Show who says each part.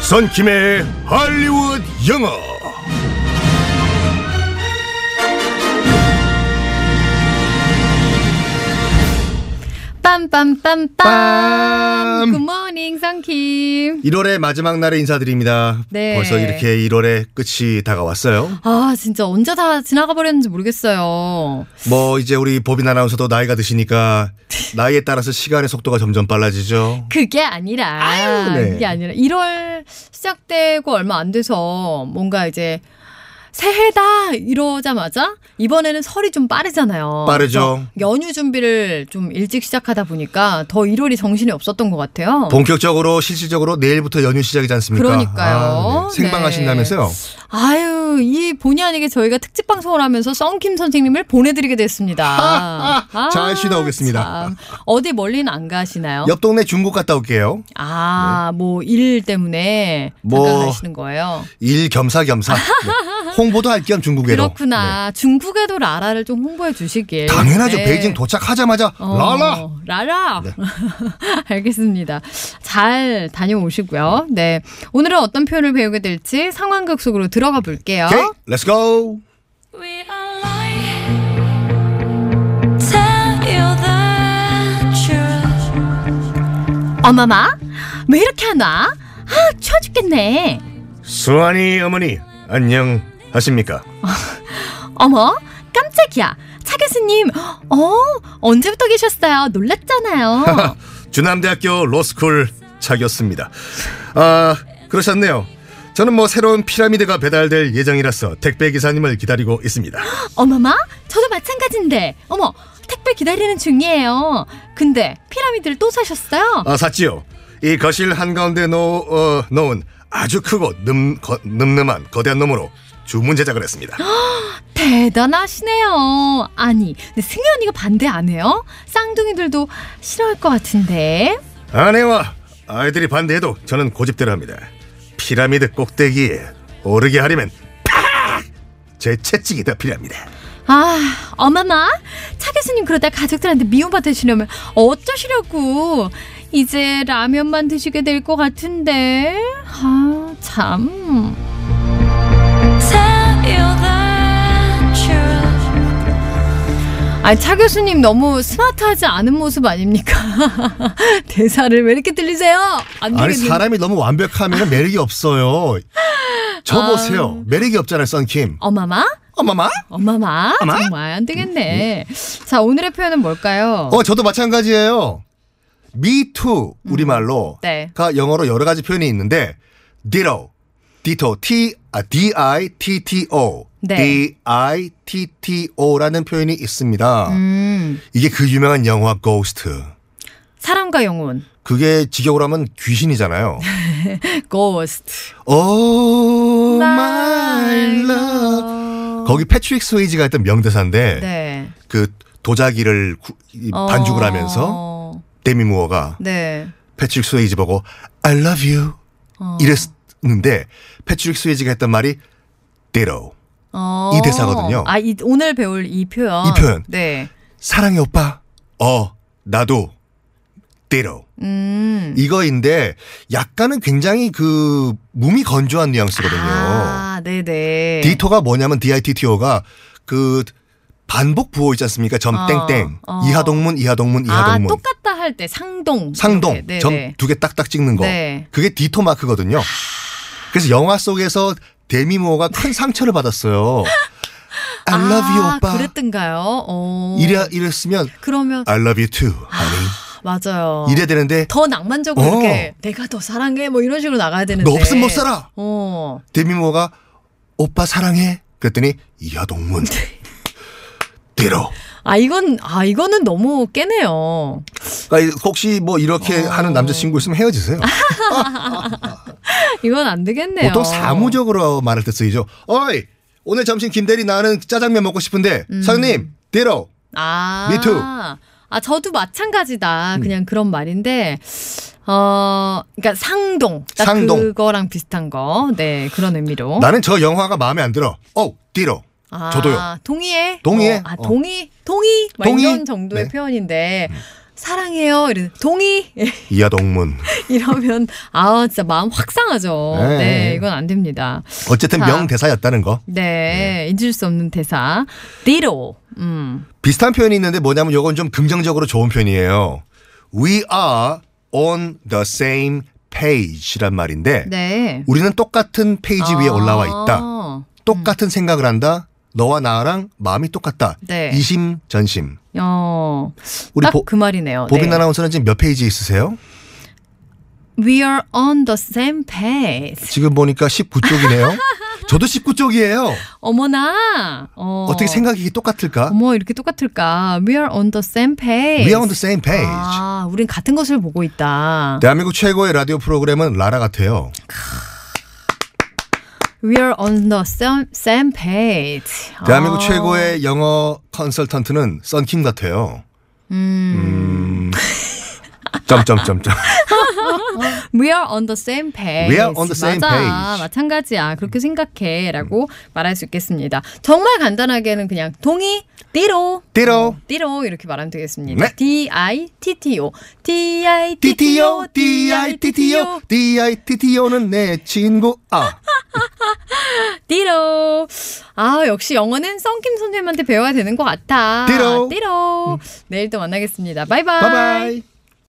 Speaker 1: 선킴의 할리우드 영어.
Speaker 2: 빰빰빰빰.
Speaker 1: 빰.
Speaker 2: 굿모닝 성킴.
Speaker 1: 1월의 마지막 날에 인사드립니다.
Speaker 2: 네.
Speaker 1: 벌써 이렇게 1월의 끝이 다가왔어요.
Speaker 2: 아 진짜 언제 다 지나가 버렸는지 모르겠어요.
Speaker 1: 뭐 이제 우리 보빈 아나운서도 나이가 드시니까 나이에 따라서 시간의 속도가 점점 빨라지죠.
Speaker 2: 그게 아니라
Speaker 1: 아유, 네.
Speaker 2: 그게 아니라 1월 시작되고 얼마 안 돼서 뭔가 이제 새해다 이러자마자 이번에는 설이 좀 빠르잖아요.
Speaker 1: 빠르죠.
Speaker 2: 그래서 연휴 준비를 좀 일찍 시작하다 보니까 더 1월이 정신이 없었던 것 같아요.
Speaker 1: 본격적으로 실질적으로 내일부터 연휴 시작이지 않습니까?
Speaker 2: 그러니까요. 어?
Speaker 1: 아, 네. 생방하신다면서요?
Speaker 2: 아유, 이 본의 아니게 저희가 특집 방송을 하면서 썬킴 선생님을 보내드리게 됐습니다. 아,
Speaker 1: 잘 쉬다 오겠습니다.
Speaker 2: 참. 어디 멀리는 안 가시나요?
Speaker 1: 옆 동네 중국 갔다 올게요.
Speaker 2: 아, 뭐 일 때문에 잠깐
Speaker 1: 뭐
Speaker 2: 가시는 거예요.
Speaker 1: 일 겸사겸사. 네. 홍보도 할 겸 중국에로.
Speaker 2: 그렇구나. 중국에도 라라를 좀 홍보해 주시길.
Speaker 1: 네. 당연하죠.
Speaker 2: 네.
Speaker 1: 베이징 도착하자마자
Speaker 2: 어,
Speaker 1: 라라.
Speaker 2: 라라.
Speaker 1: 네.
Speaker 2: 알겠습니다. 잘 다녀오시고요. 네. 오늘은 어떤 표현을 배우게 될지 상황극 속으로 들어가 볼게요.
Speaker 1: 오케이, 렛츠 고.
Speaker 3: We are lying. Tell you the truth.
Speaker 2: 어마마 왜 이렇게 안 와? 아 추워 죽겠네
Speaker 1: 수환이 어머니 안녕 하십니까?
Speaker 2: 어머 깜짝이야 차 교수님 어 언제부터 계셨어요 놀랐잖아요
Speaker 1: 주남대학교 로스쿨 차교수입니다. 아 그러셨네요. 저는 뭐 새로운 피라미드가 배달될 예정이라서 택배 기사님을 기다리고 있습니다.
Speaker 2: 어머마 저도 마찬가지인데 어머 택배 기다리는 중이에요 근데 피라미드를 또 사셨어요
Speaker 1: 아 샀지요. 이 거실 한 가운데 놓, 어, 놓은 아주 크고 늠, 거, 늠름한 거대한 놈으로 주문 제작을 했습니다.
Speaker 2: 대단하시네요 아니 근데 승희 언니가 반대 안 해요 쌍둥이들도 싫어할 것 같은데
Speaker 1: 아내와 아이들이 반대해도 저는 고집대로 합니다. 피라미드 꼭대기에 오르게 하려면 팍! 제 채찍이다 필요합니다.
Speaker 2: 아, 어마마. 차 교수님 그러다 가족들한테 미움받으시려면 어쩌시려고. 이제 라면만 드시게 될 것 같은데. 아, 참.
Speaker 3: Tell you the truth.
Speaker 2: 아, 차 교수님 너무 스마트하지 않은 모습 아닙니까? 대사를 왜 이렇게 들리세요? 안
Speaker 1: 아니
Speaker 2: 들리는-
Speaker 1: 사람이 너무 완벽하면 매력이 없어요. 저 보세요. 매력이 없잖아요, 썬킴.
Speaker 2: 어마마?
Speaker 1: 어마마?
Speaker 2: 어마마?
Speaker 1: 어마?
Speaker 2: 정말 안 되겠네. 자, 오늘의 표현은 뭘까요?
Speaker 1: 어, 저도 마찬가지예요. me too 우리말로
Speaker 2: 음. 네.
Speaker 1: 가 영어로 여러 가지 표현이 있는데 ditto, ditto, t 아, d i t t o,
Speaker 2: 네.
Speaker 1: d i t t o라는 표현이 있습니다.
Speaker 2: 음,
Speaker 1: 이게 그 유명한 영화 고스트.
Speaker 2: 사람과 영혼.
Speaker 1: 그게 직역으로 하면 귀신이잖아요.
Speaker 2: 고스트.
Speaker 1: oh my love. 거기 패트릭 스웨이지가 했던 명대사인데
Speaker 2: 네.
Speaker 1: 그 도자기를 구- 이 반죽을
Speaker 2: 어,
Speaker 1: 하면서 데미 무어가
Speaker 2: 네.
Speaker 1: 패트릭 스웨이지 보고 I love you
Speaker 2: 어.
Speaker 1: 이랬는데 패트릭 스웨이지가 했던 말이 ditto
Speaker 2: 어.
Speaker 1: 이 대사거든요.
Speaker 2: 아, 이, 오늘 배울 이 표현.
Speaker 1: 이 표현.
Speaker 2: 네.
Speaker 1: 사랑해 오빠 어 나도 ditto
Speaker 2: 음.
Speaker 1: 이거인데 약간은 굉장히 그 몸이 건조한 뉘앙스거든요.
Speaker 2: 아, 네네.
Speaker 1: 디토가 뭐냐면 DITTO가 그 반복 부호 있지 않습니까? 점
Speaker 2: 어,
Speaker 1: 땡땡
Speaker 2: 어.
Speaker 1: 이하 동문 이하 동문 이하
Speaker 2: 아,
Speaker 1: 동문
Speaker 2: 똑같다 할 때 상동.
Speaker 1: 상동
Speaker 2: 이렇게. 네네.
Speaker 1: 점 두 개 딱딱 찍는 거
Speaker 2: 네.
Speaker 1: 그게 디토 마크거든요. 그래서 영화 속에서 데미모가 큰 상처를 받았어요. I love you
Speaker 2: 아,
Speaker 1: 오빠.
Speaker 2: 그랬던가요? 어.
Speaker 1: 이래 이랬으면
Speaker 2: 그러면
Speaker 1: I love you too,
Speaker 2: 아.
Speaker 1: honey.
Speaker 2: 맞아요.
Speaker 1: 이래 야 되는데
Speaker 2: 더 낭만적으로
Speaker 1: 어.
Speaker 2: 이렇게 내가 더 사랑해 뭐 이런 식으로 나가야 되는데.
Speaker 1: 너 없으면 못 살아.
Speaker 2: 어.
Speaker 1: 데미모가 오빠 사랑해. 그랬더니 이하 동문
Speaker 2: 네.
Speaker 1: 디로.
Speaker 2: 아 이건 아 이거는 너무 깨네요.
Speaker 1: 그러니까 혹시 뭐 이렇게
Speaker 2: 어.
Speaker 1: 하는 남자친구 있으면 헤어지세요.
Speaker 2: 아, 이건 안 되겠네요.
Speaker 1: 보통 사무적으로 말할 때 쓰이죠. 어이 오늘 점심 김대리 나는 짜장면 먹고 싶은데
Speaker 2: 음.
Speaker 1: 사장님 데려.
Speaker 2: 아,
Speaker 1: Me too.
Speaker 2: 아, 저도
Speaker 1: 음.
Speaker 2: 마찬가지다. 그냥 그런 말인데, 어, 그러니까 상동. 딱
Speaker 1: 상동.
Speaker 2: 그거랑 비슷한 거. 네, 그런 의미로.
Speaker 1: 나는 저 영화가 마음에 안 들어. 어우 데려.
Speaker 2: 아,
Speaker 1: 저도요.
Speaker 2: 동의해.
Speaker 1: 동의해.
Speaker 2: 어, 아,
Speaker 1: 어.
Speaker 2: 동의, 동의. 막
Speaker 1: 동의.
Speaker 2: 이런 정도의
Speaker 1: 네.
Speaker 2: 표현인데, 사랑해요. 이래 동의
Speaker 1: 이하 동문.
Speaker 2: 이러면 아 진짜 마음 확 상하죠.
Speaker 1: 네.
Speaker 2: 네, 이건 안 됩니다.
Speaker 1: 어쨌든
Speaker 2: 자.
Speaker 1: 명대사였다는 거.
Speaker 2: 네, 잊을 수 없는 대사. 디로. 음.
Speaker 1: 비슷한 표현이 있는데 뭐냐면 요건 좀 긍정적으로 좋은 표현이에요. We are on the same page란 말인데
Speaker 2: 네. 어.
Speaker 1: 우리는 똑같은 페이지 위에
Speaker 2: 아.
Speaker 1: 올라와 있다. 똑같은 생각을 한다. 너와 나랑 마음이 똑같다.
Speaker 2: 네.
Speaker 1: 이심 전심.
Speaker 2: 어.
Speaker 1: 우리
Speaker 2: 딱
Speaker 1: 보-
Speaker 2: 그 말이네요.
Speaker 1: 보빈
Speaker 2: 네.
Speaker 1: 아나운서는 지금 몇 페이지 있으세요?
Speaker 2: We are on the same page.
Speaker 1: 지금 보니까 19쪽이네요. 저도 19쪽이에요.
Speaker 2: 어머나. 어.
Speaker 1: 어떻게 생각이 똑같을까?
Speaker 2: 어머 이렇게 똑같을까? We are on the same page.
Speaker 1: We are on the same page. 네.
Speaker 2: 아, 우린 같은 것을 보고 있다.
Speaker 1: 대한민국 최고의 라디오 프로그램은 라라 같아요.
Speaker 2: We are on the same, same page.
Speaker 1: 대한민국
Speaker 2: 아.
Speaker 1: 최고의 영어 컨설턴트는 썬킴 같아요. 음. 점점점점.
Speaker 2: We are on the same page.
Speaker 1: We are on the same
Speaker 2: 맞아.
Speaker 1: page.
Speaker 2: 마찬가지야. 그렇게 생각해. 라고 말할 수 있겠습니다. 정말 간단하게는 그냥 동의, 띠로.
Speaker 1: 띠로.
Speaker 2: 어, 띠로. 이렇게 말하면 되겠습니다.
Speaker 1: 네.
Speaker 2: D-I-T-T-O.
Speaker 1: TTO,
Speaker 2: D-I-T-T-O.
Speaker 1: DITTO, DITTO는 내 친구. 아,
Speaker 2: 띠로. 아, 역시 영어는 썬킴 선생님한테 배워야 되는 것 같아.
Speaker 1: 띠로. 음.
Speaker 2: 띠로. 내일 또 만나겠습니다. 바이바이.
Speaker 1: 바이바이.